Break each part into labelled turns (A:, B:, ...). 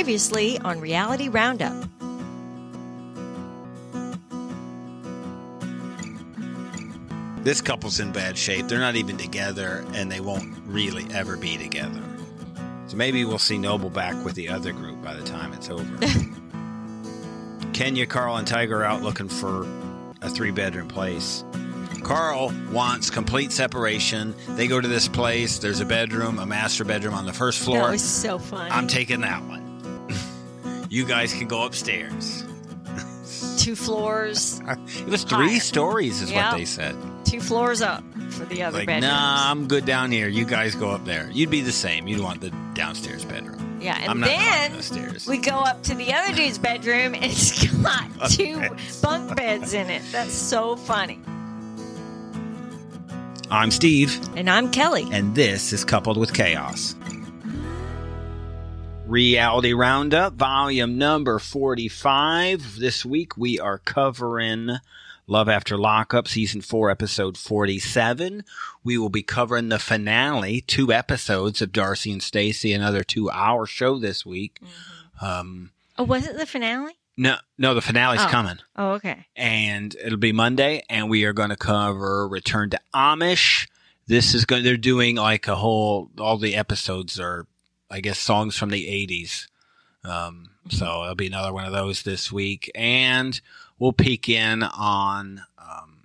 A: Previously on Reality Roundup.
B: This couple's in bad shape. They're not even together, and they won't really ever be together. So maybe we'll see Noble back with the other group by the time it's over. Kenya, Carl, and Tiger are out looking for a three bedroom place. Carl wants complete separation. They go to this place. There's a bedroom, a master bedroom on the first floor.
A: That was so fun.
B: I'm taking that one. you guys can go upstairs.
A: two floors,
B: It was three
A: Higher.
B: stories, is
A: Yeah.
B: what they said.
A: two floors up for the other
B: Like,
A: bedrooms.
B: nah, I'm good down here. You guys go up there. You'd be the same. You'd want the downstairs bedroom.
A: yeah, and
B: I'm not
A: then
B: climbing those stairs.
A: we go up to the other dude's bedroom, and it's got two
B: beds.
A: bunk beds in it. That's so funny.
B: I'm Steve,
A: And I'm Kelly.
B: and this is Coupled with Chaos. Reality Roundup, volume number 45. This week we are covering Love After Lockup, season 4, episode 47. We will be covering the finale, two episodes of Darcy and Stacy, another two hour show this week. Um,
A: Oh, was it the finale?
B: no, no, the finale's
A: Oh.
B: coming.
A: Oh, okay.
B: and it'll be Monday, and we are going to cover Return to Amish. This is going. They're doing like a whole. All the episodes are, I guess, songs from the '80s. Um, so it'll be another one of those this week, and we'll peek in on um,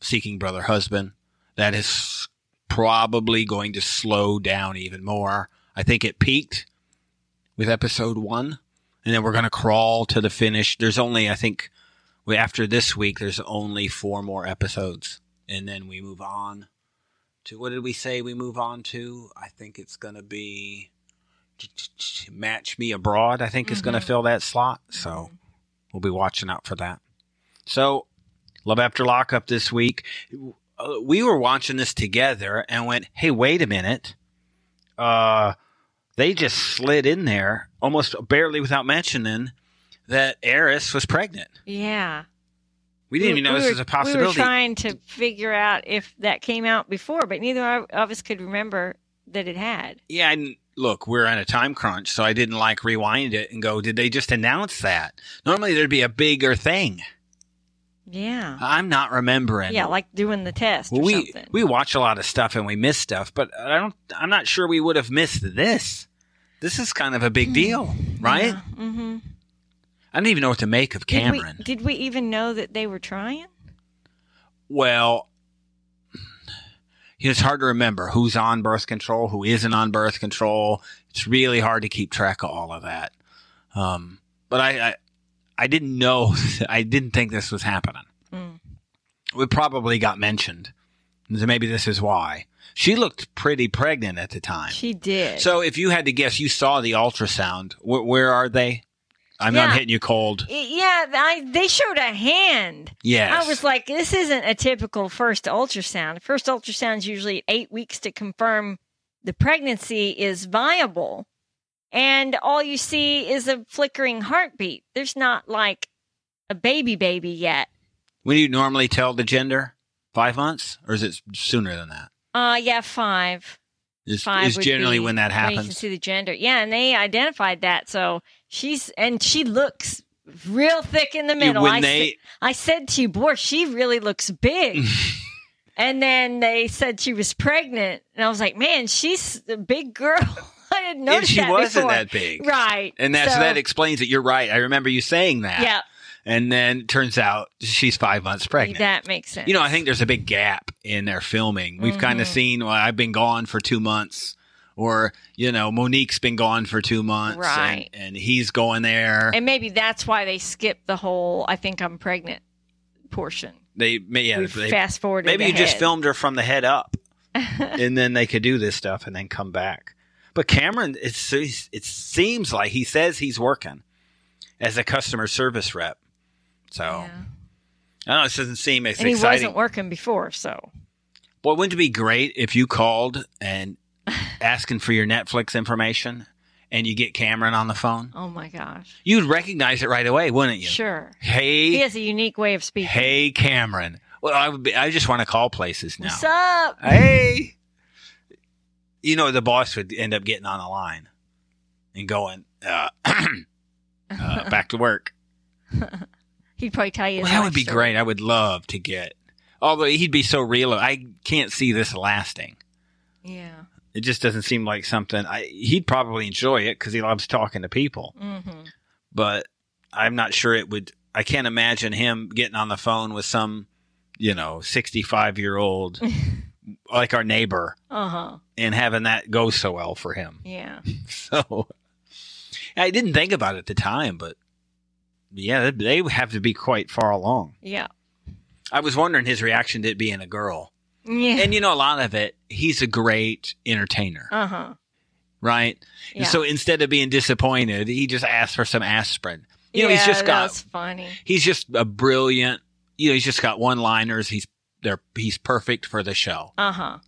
B: Seeking Brother Husband. That is probably going to slow down even more. I think it peaked with episode one, and then we're going to crawl to the finish. There's only, I think, we, after this week, there's only four more episodes, and then we move on to what did we say? We move on to? I think it's gonna be Match Me Abroad. I think is gonna
A: Mhm.
B: fill that slot, so we'll be watching out for that. So, Love After Lockup this week. Uh, We were watching this together and went, "Hey, wait a minute." Uh, they just slid in there almost barely without mentioning that Eris was pregnant.
A: Yeah.
B: We didn't even know
A: we
B: this
A: were-
B: was
A: We
B: a
A: were
B: possibility.
A: trying to figure out if that came out before, but neither of us could remember that it had.
B: yeah, and look, we're on a time crunch, so I didn't like rewind it and go, did they just announce that? Normally there'd be a bigger thing.
A: Yeah.
B: I'm not remembering.
A: Yeah, like doing the test
B: Well,
A: or
B: we
A: something.
B: we watch a lot of stuff and we miss stuff, but I don't I'm not sure we would have missed this. This is kind of a
A: Hmm.
B: big deal, right?
A: Mm-hmm.
B: I don't even know what to make of Cameron.
A: Did we, did we even know that they were trying?
B: Well, it's hard to remember who's on birth control, who isn't on birth control. It's really hard to keep track of all of that. Um, but I, I, I didn't know. I didn't think this was happening.
A: Mm.
B: It probably got mentioned. So maybe this is why she looked pretty pregnant at the time.
A: She did.
B: So if you had to guess, you saw the ultrasound. Where, where are they? I'm not
A: Yeah.
B: hitting you cold.
A: Y- yeah, I, they showed a hand.
B: Yes.
A: I was like, this isn't a typical first ultrasound. First ultrasound's usually eight weeks to confirm the pregnancy is viable. And all you see is a flickering heartbeat. There's not like a baby baby yet.
B: when do you normally tell the gender? Five months, or is it sooner than that?
A: Uh yeah, five.
B: is,
A: Five
B: is
A: would
B: generally
A: be
B: when that
A: When you can
B: happens.
A: see the gender. Yeah, and they identified that. So she's and she looks real thick in the middle.
B: when
A: I
B: they
A: sa- I said to you, boy, she really looks big. and then they said she was pregnant, and I was like, man, she's a big girl. I didn't
B: and
A: notice
B: she
A: that
B: wasn't
A: before.
B: that big,
A: right?
B: And that's
A: So-
B: that explains it. You're right. I remember you saying that.
A: Yeah,
B: And then it turns out she's five months pregnant.
A: that makes sense.
B: you know, I think there's a big gap in their filming. We've kind of
A: Mhm.
B: seen. Well, I've been gone for two months, or you know, Monique's been gone for two months,
A: Right.
B: And, and he's going there.
A: and maybe that's why they skipped the whole "I think I'm pregnant" portion.
B: they may yeah,
A: we
B: they-
A: fast forwarded.
B: maybe you just
A: ahead.
B: filmed her from the head up, and then they could do this stuff and then come back. But Cameron, it se- it seems like he says he's working as a customer service rep. So
A: Yeah.
B: I don't know. This doesn't seem as
A: And he
B: exciting.
A: wasn't working before, so
B: Boy, wouldn't it be great if you called and asking for your Netflix information, and you get Cameron on the phone?
A: oh my gosh,
B: You'd recognize it right away, wouldn't you?
A: sure. He
B: Hey,
A: has a unique way of speaking.
B: hey, Cameron. Well, I would be, I just want to call places now.
A: What's up?
B: hey you know the boss would end up getting on the line and going uh, uh, back to work.
A: He'd probably tell you.
B: Well,
A: his
B: that
A: life
B: would be
A: story.
B: great. I would love to get. Although he'd be so real, I can't see this lasting.
A: Yeah.
B: It just doesn't seem like something. I, he'd probably enjoy it because he loves talking to people.
A: Mm-hmm.
B: But I'm not sure it would. I can't imagine him getting on the phone with some, you know, 65 year old like our neighbor
A: Uh huh.
B: and having that go so well for him.
A: Yeah.
B: So I didn't think about it at the time, but yeah, they would have to be quite far along.
A: Yeah.
B: I was wondering his reaction to it being a girl.
A: Yeah.
B: And you know, a lot of it, he's a great entertainer,
A: Uh huh.
B: right?
A: Yeah.
B: So instead of being disappointed, he just asked for some aspirin. You know, he's
A: Yeah,
B: just got
A: That's funny.
B: he's just a brilliant. You know, he's just got one-liners. He's there. He's perfect for the show.
A: Uh huh.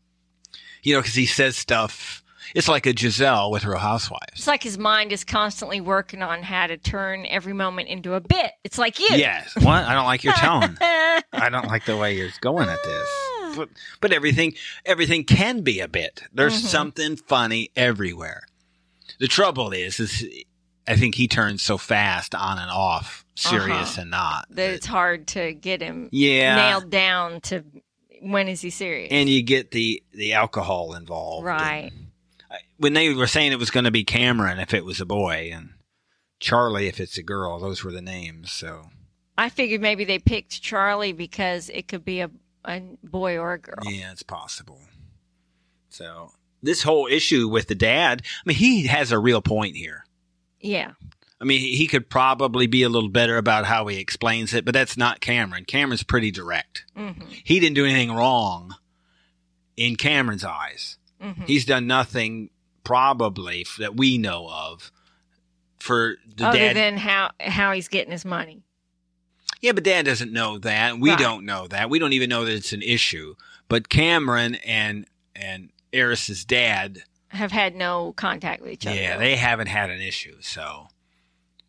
B: You know, because he says stuff. It's like a Giselle with Real Housewives.
A: It's like his mind is constantly working on how to turn every moment into a bit. It's like you.
B: Yes. What? I don't like your tone.
A: Uh,
B: I don't like the way you're going at this. But, but everything everything can be a bit. There's
A: Mhm.
B: something funny everywhere. The trouble is is I think he turns so fast on and off, serious
A: Uh-huh.
B: and not.
A: that it's hard to get him
B: yeah.
A: nailed down to when is he serious?
B: And you get the the alcohol involved.
A: right.
B: When they were saying it was going to be Cameron if it was a boy and Charlie if it's a girl, those were the names. So
A: I figured maybe they picked Charlie because it could be a, a boy or a girl.
B: Yeah, it's possible. So this whole issue with the dad, I mean, he has a real point here.
A: Yeah.
B: I mean, he could probably be a little better about how he explains it, but that's not Cameron. Cameron's pretty direct.
A: Mm-hmm.
B: He didn't do anything wrong in Cameron's eyes.
A: Mm-hmm.
B: He's done nothing probably f- that we know of for Oh, the
A: Other
B: dad.
A: than how how he's getting his money.
B: yeah, but dad doesn't know that. We
A: Right.
B: don't know that. We don't even know that it's an issue. But Cameron and and Eris's dad
A: Have had no contact with each other.
B: Yeah, they haven't had an issue. So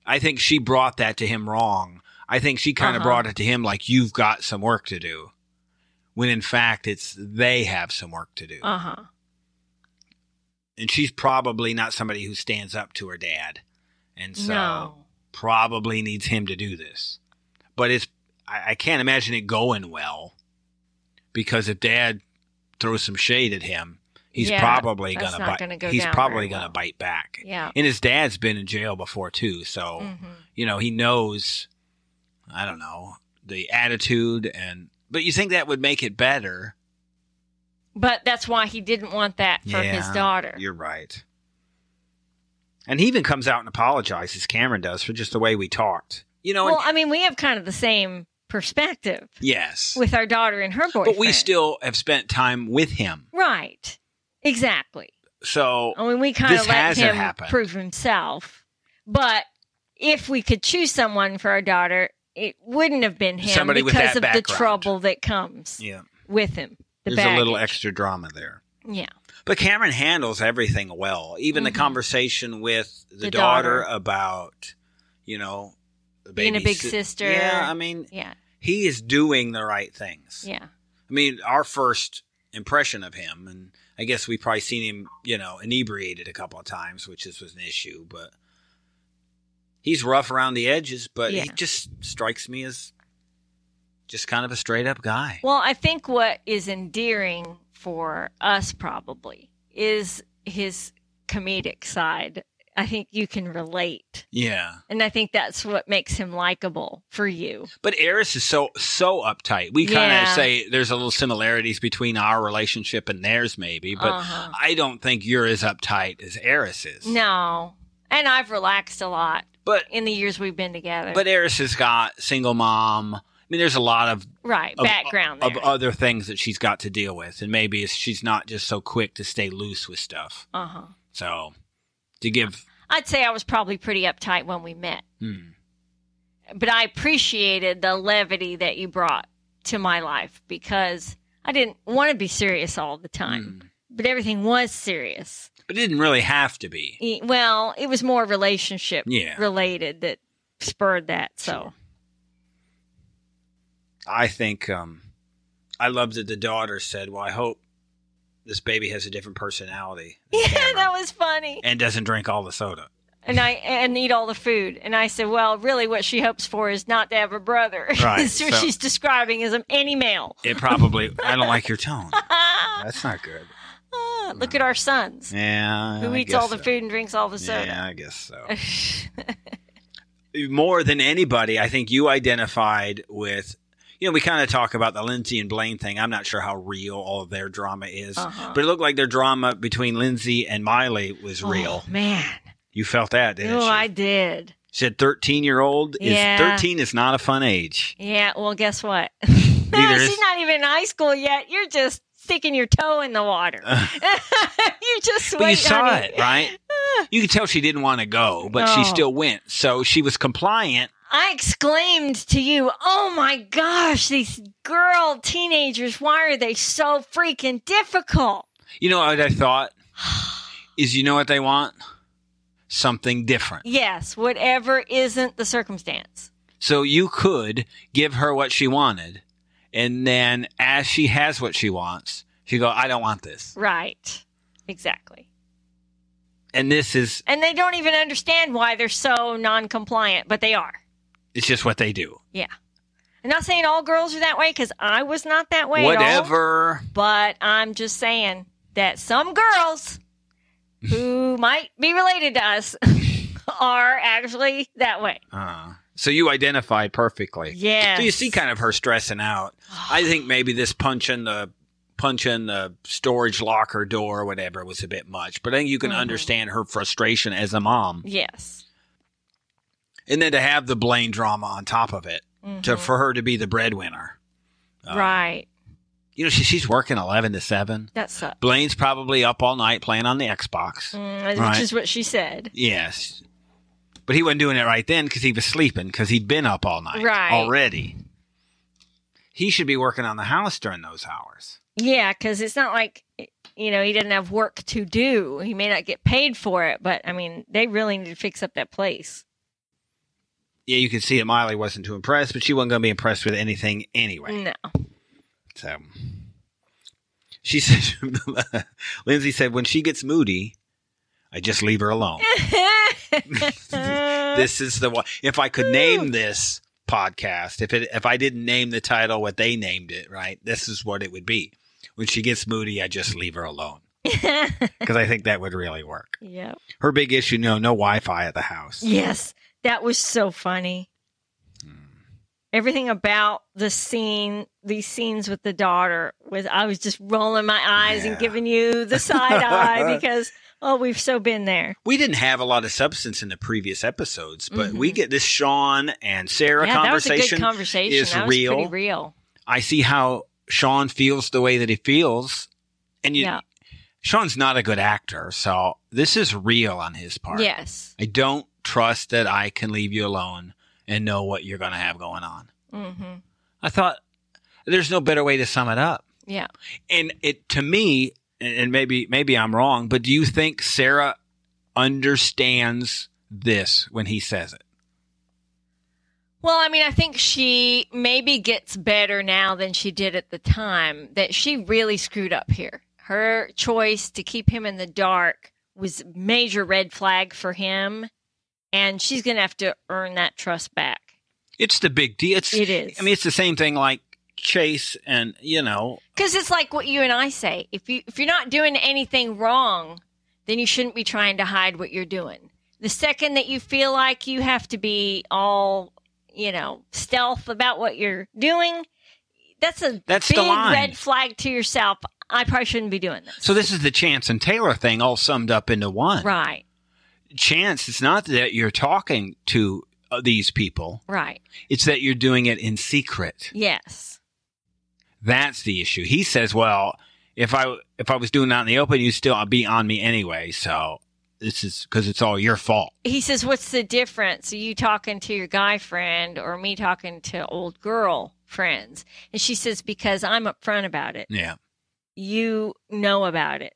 B: I think she brought that to him wrong. I think she kind of
A: Uh-huh.
B: brought it to him like you've got some work to do. When in fact it's they have some work to do.
A: Uh huh.
B: and she's probably not somebody who stands up to her dad. And so
A: no.
B: probably needs him to do this. But it's I, I can't imagine it going well because if dad throws some shade at him, he's
A: Yeah,
B: probably
A: that's
B: gonna
A: not
B: bite
A: gonna go
B: he's
A: down
B: probably
A: very
B: gonna
A: well.
B: bite back.
A: Yeah.
B: And his dad's been in jail before too, so
A: Mm-hmm.
B: you know he knows. I don't know the attitude and, but you think that would make it better?
A: But that's why he didn't want that for his
B: Yeah,
A: daughter.
B: You're right. And he even comes out and apologizes. Cameron does for just the way we talked. You know.
A: Well,
B: and,
A: I mean, we have kind of the same perspective
B: yes.
A: with our daughter and her boyfriend.
B: But we still have spent time with him,
A: right, exactly.
B: so
A: I mean, we kind
B: This
A: of let
B: hasn't
A: him
B: happened.
A: prove himself. But if we could choose someone for our daughter, it wouldn't have been him
B: Somebody with
A: because
B: that
A: of the
B: background.
A: trouble that comes
B: yeah.
A: with him. The
B: There's a little
A: baggage.
B: extra drama there.
A: yeah,
B: But Cameron handles everything well. Even
A: Mhm.
B: the conversation with the,
A: The
B: daughter,
A: daughter.
B: about, you know, the
A: Being a
B: baby
A: big
B: si-
A: sister.
B: Yeah, I mean,
A: yeah,
B: he is doing the right things.
A: yeah,
B: I mean, our first impression of him, and I guess we've probably seen him, you know, inebriated a couple of times, which is, was an issue, but he's rough around the edges, but he
A: Yeah.
B: just strikes me as just kind of a straight up guy.
A: Well, I think what is endearing for us probably is his comedic side. I think you can relate.
B: yeah.
A: And I think that's what makes him likable for you.
B: But Eris is so so uptight. We kind of
A: Yeah.
B: say there's a little similarities between our relationship and theirs, maybe. But
A: Uh-huh.
B: I don't think you're as uptight as Eris is.
A: No. And I've relaxed a lot
B: But
A: in the years we've been together.
B: but Eris has got single mom. I mean, there's a lot of
A: right,
B: of- uh,
A: background
B: of
A: there.
B: other things that she's got to deal with, and maybe it's, she's not just so quick to stay loose with stuff.
A: uh-huh.
B: So to give,
A: I'd say I was probably pretty uptight when we met,
B: hmm,
A: but I appreciated the levity that you brought to my life because I didn't want to be serious all the time.
B: hmm.
A: but everything was serious.
B: but it didn't really have to be.
A: E- Well, it was more relationship
B: Yeah.
A: related that spurred that. So,
B: I think um, I love that the daughter said, "Well, I hope this baby has a different personality." than
A: yeah,
B: Cameron
A: that was funny.
B: and doesn't drink all the soda.
A: and I and eat all the food. And I said, well, really, what she hopes for is not to have a brother.
B: Right,
A: That's what
B: so-
A: she's describing as any male.
B: It probably. I don't like your tone.
A: Ah,
B: That's not good.
A: ah, look at our sons,
B: Yeah.
A: who
B: I
A: eats
B: guess
A: all the
B: so.
A: food and drinks all the
B: Yeah,
A: soda.
B: I guess so.
A: Oh,
B: More than anybody, I think you identified with. You know, we kind of talk about the Lindsay and Blaine thing. I'm not sure how real all of their drama is,
A: Uh-huh.
B: but it looked like their drama between Lindsay and Miley was real.
A: Oh, man.
B: You felt that, didn't
A: Oh,
B: you?
A: I did.
B: Said 13 year old is
A: Yeah.
B: 13 is not a fun age.
A: Yeah, well, guess what?
B: Neither is-
A: She's not even in high school yet. You're just sticking your toe in the water. you just
B: But you
A: wait,
B: saw
A: honey. Oh.
B: it, right? You could tell she didn't want to go, but she
A: No.
B: still went. So she was compliant.
A: I exclaimed to you, "Oh my gosh, these girl teenagers! Why are they so freaking difficult?"
B: You know what I thought? Is you know what they want? Something different.
A: Yes, whatever isn't the circumstance.
B: So you could give her what she wanted. And then as she has what she wants, she go, I don't want this.
A: Right. Exactly.
B: And this is,
A: And they don't even understand why they're so non-compliant, but they are.
B: it's just what they do.
A: I'm not saying all girls are that way because I was not that way. at all.
B: Whatever.
A: But I'm just saying that some girls who might be related to us are actually that way.
B: Uh, so you identified perfectly.
A: Yes.
B: So you see kind of her stressing out. I think maybe this punch in the punch in the storage locker door or whatever was a bit much. But I think you can
A: Mhm.
B: understand her frustration as a mom.
A: Yes.
B: And then to have the Blaine drama on top of it. To
A: Mhm.
B: for her to be the breadwinner. Uh,
A: right.
B: You know, she, she's working eleven to seven.
A: That sucks.
B: Blaine's probably up all night playing on the Xbox.
A: Mm, which
B: Right.
A: is what she said.
B: Yes. But he wasn't doing it right then because he was sleeping because he'd been up all night
A: Right.
B: already. He should be working on the house during those hours.
A: Yeah, because it's not like you know he didn't have work to do. He may not get paid for it, but I mean they really need to fix up that place.
B: Yeah, you could see that Miley wasn't too impressed, but she wasn't going to be impressed with anything anyway.
A: No.
B: So she said, Lindsay said, when she gets moody, I just leave her alone. this is the one. If I could name this podcast, if it if I didn't name the title what they named it, right? This is what it would be. When she gets moody, I just leave her alone because I think that would really work.
A: yeah.
B: Her big issue, no, no Wi-Fi at the house.
A: Yes, that was so funny. Everything about the scene, these scenes with the daughter, was I was just rolling my eyes
B: Yeah.
A: and giving you the side eye because oh, we've so been there.
B: We didn't have a lot of substance in the previous episodes, but we
A: Mhm.
B: get this Sean and Sarah
A: yeah, that was a good
B: conversation.
A: conversation.
B: is
A: that was
B: real.
A: pretty real.
B: I see how Sean feels the way that he feels, and you,
A: yeah.
B: Sean's not a good actor, so this is real on his part.
A: Yes.
B: I don't trust that I can leave you alone and know what you're going to have going on.
A: Mm-hmm.
B: I thought there's no better way to sum it up.
A: Yeah.
B: And it to me, and and maybe maybe I'm wrong, but do you think Sarah understands this when he says it?
A: Well, I mean, I think she maybe gets better now than she did at the time, that she really screwed up here. Her choice to keep him in the dark was major red flag for him, and she's going to have to earn that trust back.
B: It's the big deal. It's,
A: It is.
B: I mean, it's the same thing like Chase and you know.
A: Cuz it's like what you and I say, if you if you're not doing anything wrong, then you shouldn't be trying to hide what you're doing. The second that you feel like you have to be all, you know, stealth about what you're doing, that's a
B: That's
A: big
B: the line.
A: red flag to yourself. I probably shouldn't be doing this.
B: so this is the Chance and Taylor thing all summed up into one.
A: Right,
B: Chance, it's not that you're talking to uh, these people;
A: right.
B: it's that you're doing it in secret.
A: Yes.
B: That's the issue. He says, "Well, if I if I was doing that in the open, you'd still be on me anyway. So this is because it's all your fault."
A: He says, What's the difference? Are you talking to your guy friend or me talking to old girl friends? And she says, Because I'm upfront about it.
B: Yeah,
A: You know about it.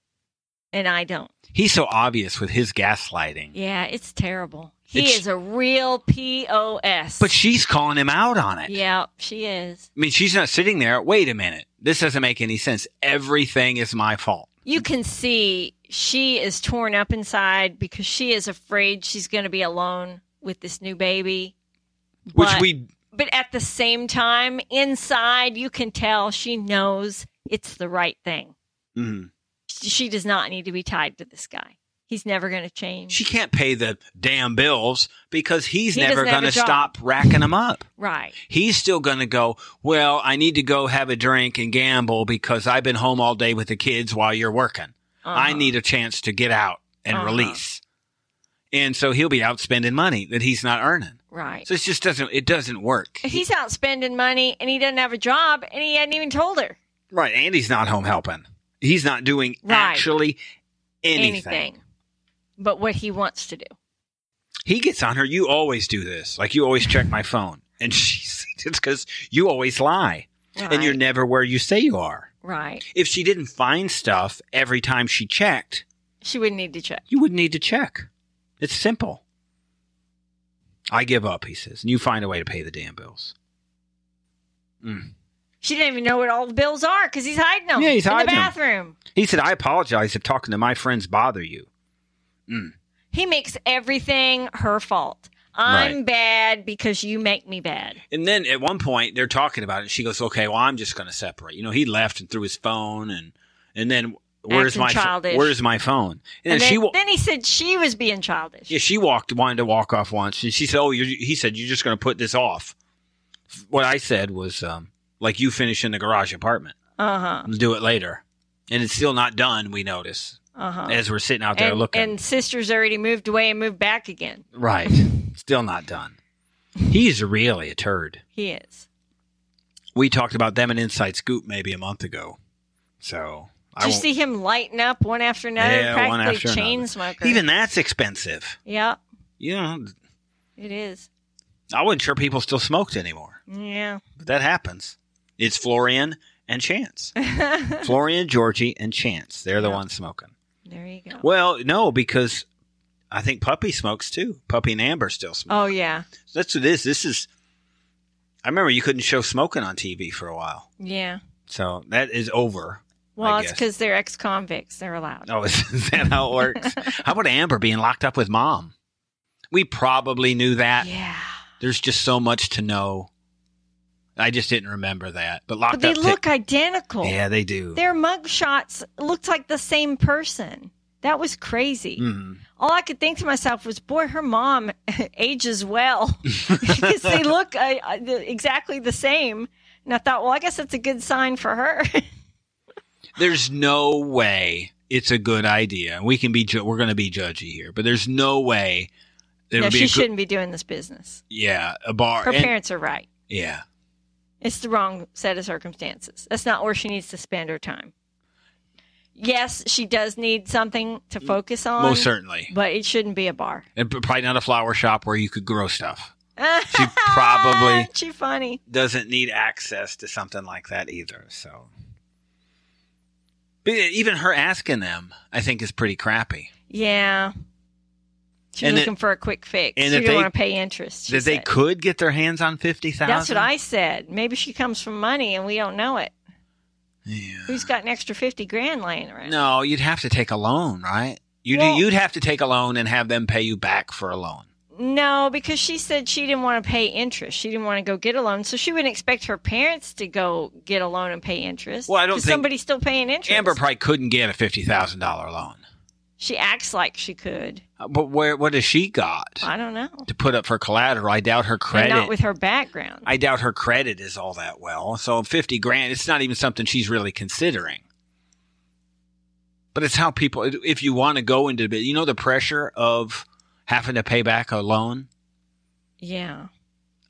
A: And I don't.
B: he's so obvious with his gaslighting,
A: Yeah, it's terrible. He
B: It's-
A: is a real POS.
B: but she's calling him out on it.
A: yeah, she is.
B: I mean, she's not sitting there. Wait a minute, this doesn't make any sense. Everything is my fault.
A: you can see she is torn up inside because she is afraid she's going to be alone with this new baby.
B: which
A: But-
B: we
A: but at the same time, inside, you can tell she knows it's the right thing. Mm-hmm.
B: mhm.
A: She does not need to be tied to this guy. He's never going to change.
B: she can't pay the damn bills because he's
A: He
B: never
A: doesn't have
B: going to
A: a job.
B: stop racking them up.
A: right.
B: He's still going to go, "Well, I need to go have a drink and gamble because I've been home all day with the kids while you're working. I
A: Uh-huh.
B: need a chance to get out and
A: Uh-huh.
B: release." And so he'll be out spending money that he's not earning.
A: Right.
B: So it just doesn't it doesn't work.
A: He's out spending money and he doesn't have a job and he hadn't even told her
B: Right, and he's not home helping. He's not doing
A: Right.
B: actually
A: anything.
B: anything.
A: but what he wants to do.
B: He gets on her. You always do this. Like you always check my phone, and she's it's because you always lie,
A: Right.
B: and you're never where you say you are.
A: right.
B: If she didn't find stuff every time she checked,
A: She wouldn't need to check.
B: you wouldn't need to check. It's simple. I give up, he says, and you find a way to pay the damn bills.
A: She didn't even know what all the bills are because he's hiding them
B: Yeah, he's
A: in
B: hiding
A: the
B: 'em.
A: bathroom.
B: He said, I apologize if talking to my friends bother you.
A: He makes everything her fault. I'm bad because you make me bad.
B: And then at one point they're talking about it. And she goes, "Okay, well I'm just going to separate." You know, he left and threw his phone, and and then where's
A: Acting
B: my ph-
A: childish.
B: where's my phone?
A: And,
B: And, then,
A: then,
B: she wa-
A: then he said she was being childish.
B: yeah she walked wanted to walk off once, and she said, "Oh, you're, he said you're just going to put this off." What I said was um, like you finish in the garage apartment,
A: Uh huh.
B: and do it later, and it's still not done. We notice
A: Uh huh.
B: as we're sitting out there
A: And,
B: looking,
A: and sister's already moved away and moved back again.
B: right, still not done. He's really a turd.
A: He is.
B: We talked about them in Inside Scoop maybe a month ago, so. I
A: Did you
B: won't-
A: see him lighten up one after another?
B: Yeah, one
A: practically
B: after another.
A: chain smoker.
B: Even that's expensive.
A: yeah,
B: You know,
A: it is.
B: I wasn't sure people still smoked anymore,
A: Yeah.
B: but that happens. It's Florian and Chance.
A: there
B: Florian, Georgie, and Chance. They're the
A: Yeah.
B: ones smoking.
A: you go.
B: Well, no, because I think Puppy smokes too. Puppy and Amber still smoke.
A: Oh yeah,
B: That's what it is. This is. I remember you couldn't show smoking on TV for a while,
A: yeah.
B: so that is over.
A: Well, it's
B: guess.
A: because they're ex-convicts. They're allowed.
B: Oh, is, is that how it works? how about Amber being locked up with mom? We probably knew that.
A: yeah.
B: There's just so much to know. I just didn't remember that. But locked
A: But they
B: up.
A: look identical.
B: yeah, they do.
A: Their mugshots looked like the same person. That was crazy.
B: Mhm.
A: All I could think to myself was, boy, her mom ages well because they look uh, uh, the- exactly the same. And I thought, well, I guess that's a good sign for her.
B: There's no way it's a good idea. We can be ju- we're going to be judgy here, but there's no way there
A: no,
B: would be
A: she
B: a good-
A: shouldn't be doing this business.
B: yeah a bar.
A: Her
B: and-
A: parents are right.
B: yeah,
A: It's the wrong set of circumstances. That's not where she needs to spend her time. Yes, she does need something to focus on,
B: most certainly,
A: but it shouldn't be a bar.
B: and p- probably not a flower shop where you could grow stuff. She probably-
A: she funny.
B: Doesn't need access to something like that either. So, but even her asking them, I think, is pretty crappy.
A: Yeah. She was
B: And it-
A: looking for a quick fix.
B: and
A: she
B: if
A: didn't
B: they-
A: want to pay interest. she
B: that they
A: said.
B: could get their hands on fifty thousand.
A: That's what I said. Maybe she comes from money and we don't know it.
B: Yeah.
A: Who's got an extra fifty grand laying around?
B: No, you'd have to take a loan, right? You'd
A: Well-
B: you'd have to take a loan and have them pay you back for a loan.
A: No, because she said she didn't want to pay interest. She didn't want to go get a loan, so she wouldn't expect her parents to go get a loan and pay interest.
B: Well, I don't
A: 'Cause
B: think-
A: somebody's still paying interest.
B: Amber probably couldn't get a fifty thousand dollar loan,
A: she acts like she could.
B: Uh, but where what has she got
A: I don't know.
B: to put up for collateral? I doubt her
A: And
B: credit.
A: not with her background.
B: I doubt her credit is all that well. So fifty grand, it's not even something she's really considering. But it's how people. If you want to go into it, you know the pressure of having to pay back a loan.
A: yeah.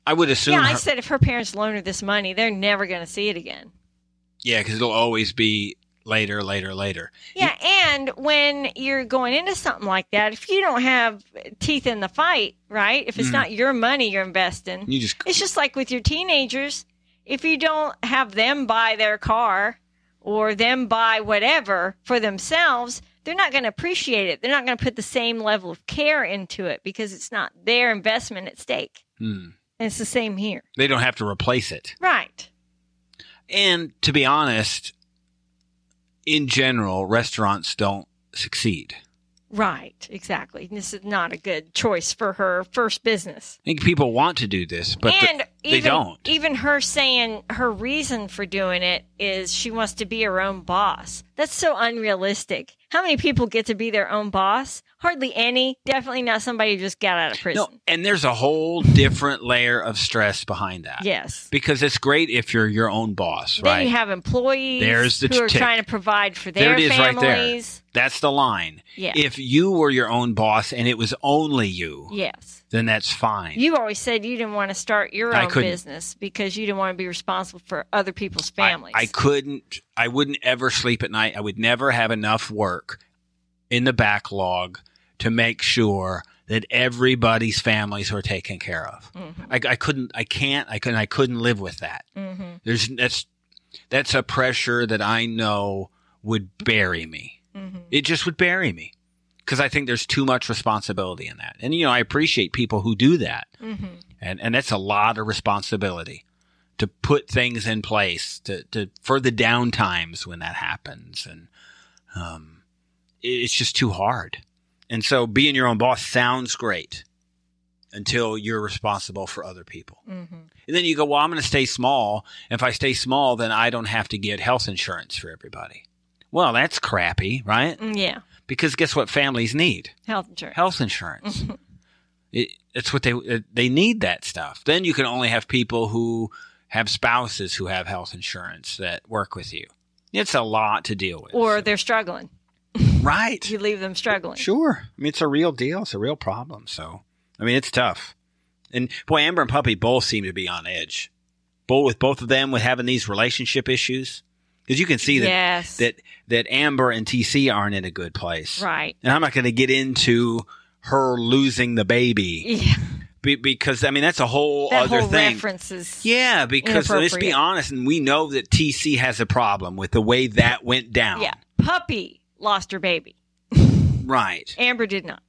B: I would assume.
A: yeah, I
B: her-
A: said if her parents loan her this money, they're never going to see it again.
B: Yeah, because it'll always be later, later, later.
A: Yeah, and when you're going into something like that, if you don't have teeth in the fight, right? If it's
B: Mhm.
A: not your money you're investing,
B: You just
A: it's just like with your teenagers. If you don't have them buy their car or them buy whatever for themselves, they're not going to appreciate it. They're not going to put the same level of care into it because it's not their investment at stake.
B: hmm.
A: And it's the same here.
B: they don't have to replace it.
A: Right.
B: And to be honest, in general, restaurants don't succeed.
A: Right, exactly. This is not a good choice for her first business.
B: I think people want to do this, but the-
A: and
B: they
A: even,
B: don't.
A: Even her saying her reason for doing it is she wants to be her own boss. That's so unrealistic. How many people get to be their own boss? Hardly any. Definitely not somebody who just got out of prison.
B: no, and there's a whole different layer of stress behind that.
A: Yes.
B: Because it's great if you're your own boss,
A: Then
B: right?
A: you have employees
B: There's the
A: who are
B: tick.
A: trying to provide for
B: there
A: their
B: it is right there.
A: families.
B: That's the line.
A: Yeah.
B: If you were your own boss and it was only you,
A: yes.
B: then that's fine.
A: You always said you didn't want to start your
B: I
A: own
B: couldn't.
A: business because you didn't want to be responsible for other people's
B: I-
A: families.
B: I, couldn't. I wouldn't ever sleep at night. I would never have enough work in the backlog to make sure that everybody's families were taken care of. I, I couldn't. I can't. I couldn't. I couldn't live with that.
A: hmm
B: There's that's that's a pressure that I know would bury me.
A: hmm
B: It just would bury me because I think there's too much responsibility in that. And you know, I appreciate people who do that,
A: hmm hmm
B: and and that's a lot of responsibility to put things in place to to for the down times when that happens, and um, it- it's just too hard. And so, being your own boss sounds great until you're responsible for other people.
A: hmm
B: And then you go, well, I'm going to stay small. If I stay small, then I don't have to get health insurance for everybody. Well, that's crappy, right?
A: Mm, Yeah,
B: Because guess what families need?
A: health insurance.
B: Health insurance.
A: Mm-hmm.
B: it, it's what they it- they need that stuff. Then you can only have people who have spouses who have health insurance that work with you. It's a lot to deal with.
A: Or they're struggling.
B: right.
A: You leave them struggling.
B: Sure. I mean, it's a real deal. It's a real problem. So, I mean, it's tough. And boy, Amber and Puppy both seem to be on edge. Both with both of them with having these relationship issues, because you can see that
A: yes.
B: that that Amber and TC aren't in a good place.
A: right.
B: And I'm not going to get into her losing the baby
A: Yeah.
B: be, because I mean that's a whole
A: That
B: other
A: whole
B: thing.
A: reference is.
B: Yeah, because let's be
A: Inappropriate.
B: honest, and we know that TC has a problem with the way that went down.
A: Yeah. Puppy lost her baby.
B: Right.
A: Amber did not.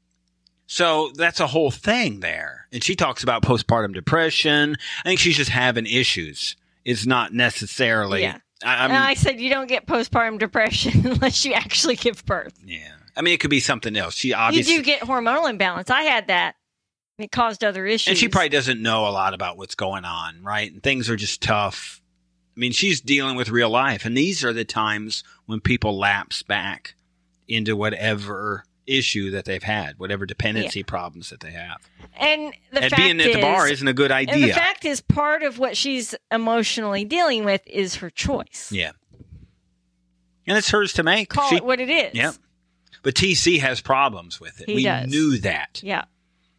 B: So that's a whole thing there. And she talks about postpartum depression. I think she's just having issues. It's not necessarily.
A: Yeah.
B: I, I
A: And
B: mean,
A: I said you don't get postpartum depression unless you actually give birth.
B: yeah. I mean, it could be something else. She obviously.
A: You do get hormonal imbalance. I had that. and It caused other issues.
B: and she probably doesn't know a lot about what's going on, right? And things are just tough. I mean, she's dealing with real life. And these are the times when people lapse back into whatever issue that they've had, whatever dependency problems that they have.
A: and the
B: and
A: fact
B: being at the bar
A: is-
B: isn't a good idea.
A: And the fact is, part of what she's emotionally dealing with is her choice.
B: Yeah. and it's hers to make.
A: Call
B: She-
A: it what it is.
B: Yep. But TC has problems with it.
A: He
B: we
A: does.
B: knew that.
A: Yeah.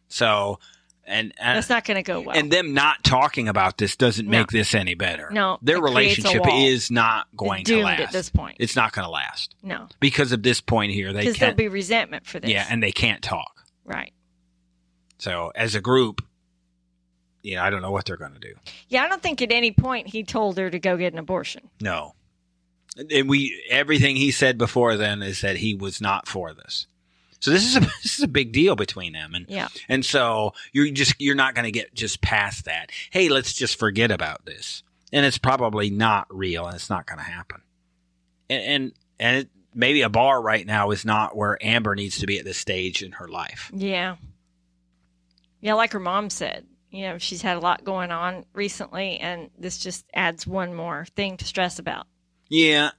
B: So, and and,
A: That's not going to go well.
B: Uh, and them not talking about this doesn't
A: No.
B: make this any better.
A: No,
B: their
A: it creates a
B: relationship
A: wall.
B: is not going to
A: doomed
B: last.
A: at this point.
B: It's not going to last
A: no.
B: because of this point here. They
A: Because there'll
B: can't.
A: be resentment for this.
B: yeah, and they can't talk.
A: right.
B: So as a group, you know, I don't know what they're going to do.
A: Yeah, I don't think at any point he told her to go get an abortion.
B: No. And we everything he said before then is that he was not for this. So this is a this is a big deal between them and
A: Yeah.
B: and so you're just you're not going to get just past that. Hey, let's just forget about this. And it's probably not real and it's not going to happen. And and, and it, maybe a bar right now is not where Amber needs to be at this stage in her life.
A: Yeah. Yeah, like her mom said, you know, she's had a lot going on recently, and this just adds one more thing to stress about.
B: Yeah.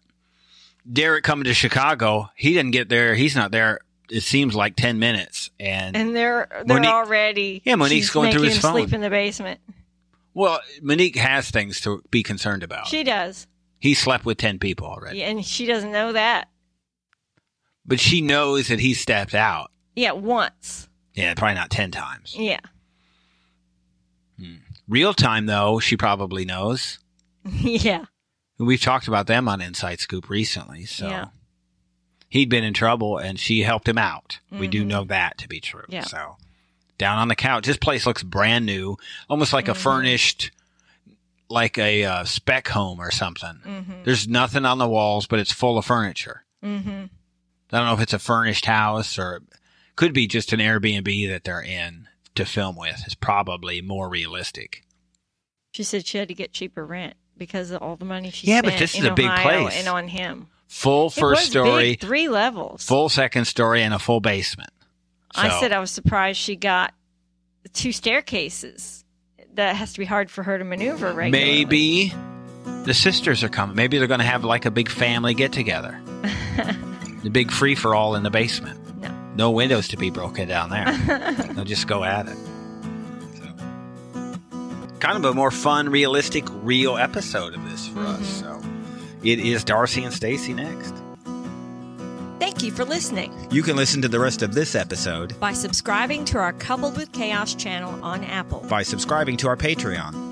B: Derek coming to Chicago, he didn't get there. He's not there. It seems like 10 minutes and
A: And they're they're
B: Monique-
A: already
B: Yeah, Monique's
A: she's
B: going through
A: making
B: his
A: him Sleep
B: phone.
A: in the basement.
B: Well, Monique has things to be concerned about.
A: She does,
B: he slept with 10 people already.
A: yeah, and she doesn't know that.
B: But she knows that he stepped out.
A: Yeah, once.
B: Yeah, probably not 10 times.
A: Yeah,
B: Real time, though, she probably knows.
A: yeah,
B: We've talked about them on Inside Scoop recently. So
A: Yeah.
B: he'd been in trouble and she helped him out. We do
A: Mhm.
B: know that to be true.
A: Yeah.
B: So down on the couch, this place looks brand new, almost like
A: Mhm.
B: a furnished, like a uh, spec home or something.
A: mm-hmm,
B: There's nothing on the walls, but it's full of furniture.
A: mm-hmm.
B: I don't know if it's a furnished house or could be just an Airbnb that they're in to film with. It's probably more realistic.
A: She said she had to get cheaper rent because of all the money she
B: Yeah, but
A: spent
B: this is
A: in
B: a big
A: Ohio
B: place.
A: and on him.
B: full
A: It
B: first
A: was
B: story,
A: big, three levels.
B: full second story, and a full basement.
A: I
B: So-
A: said I was surprised she got two staircases. That has to be hard for her to maneuver, right?
B: Maybe the sisters are coming. Maybe they're going to have like a big family get together. the big free for all in the basement.
A: No.
B: No windows to be broken down there. They'll just go at it. So, kind of a more fun, realistic, real episode of this for us.
A: Mm-hmm.
B: So it is Darcy and Stacy next.
A: Thank you for listening.
B: You can listen to the rest of this episode
A: By subscribing to our Coupled with Chaos channel on Apple
B: by subscribing to our Patreon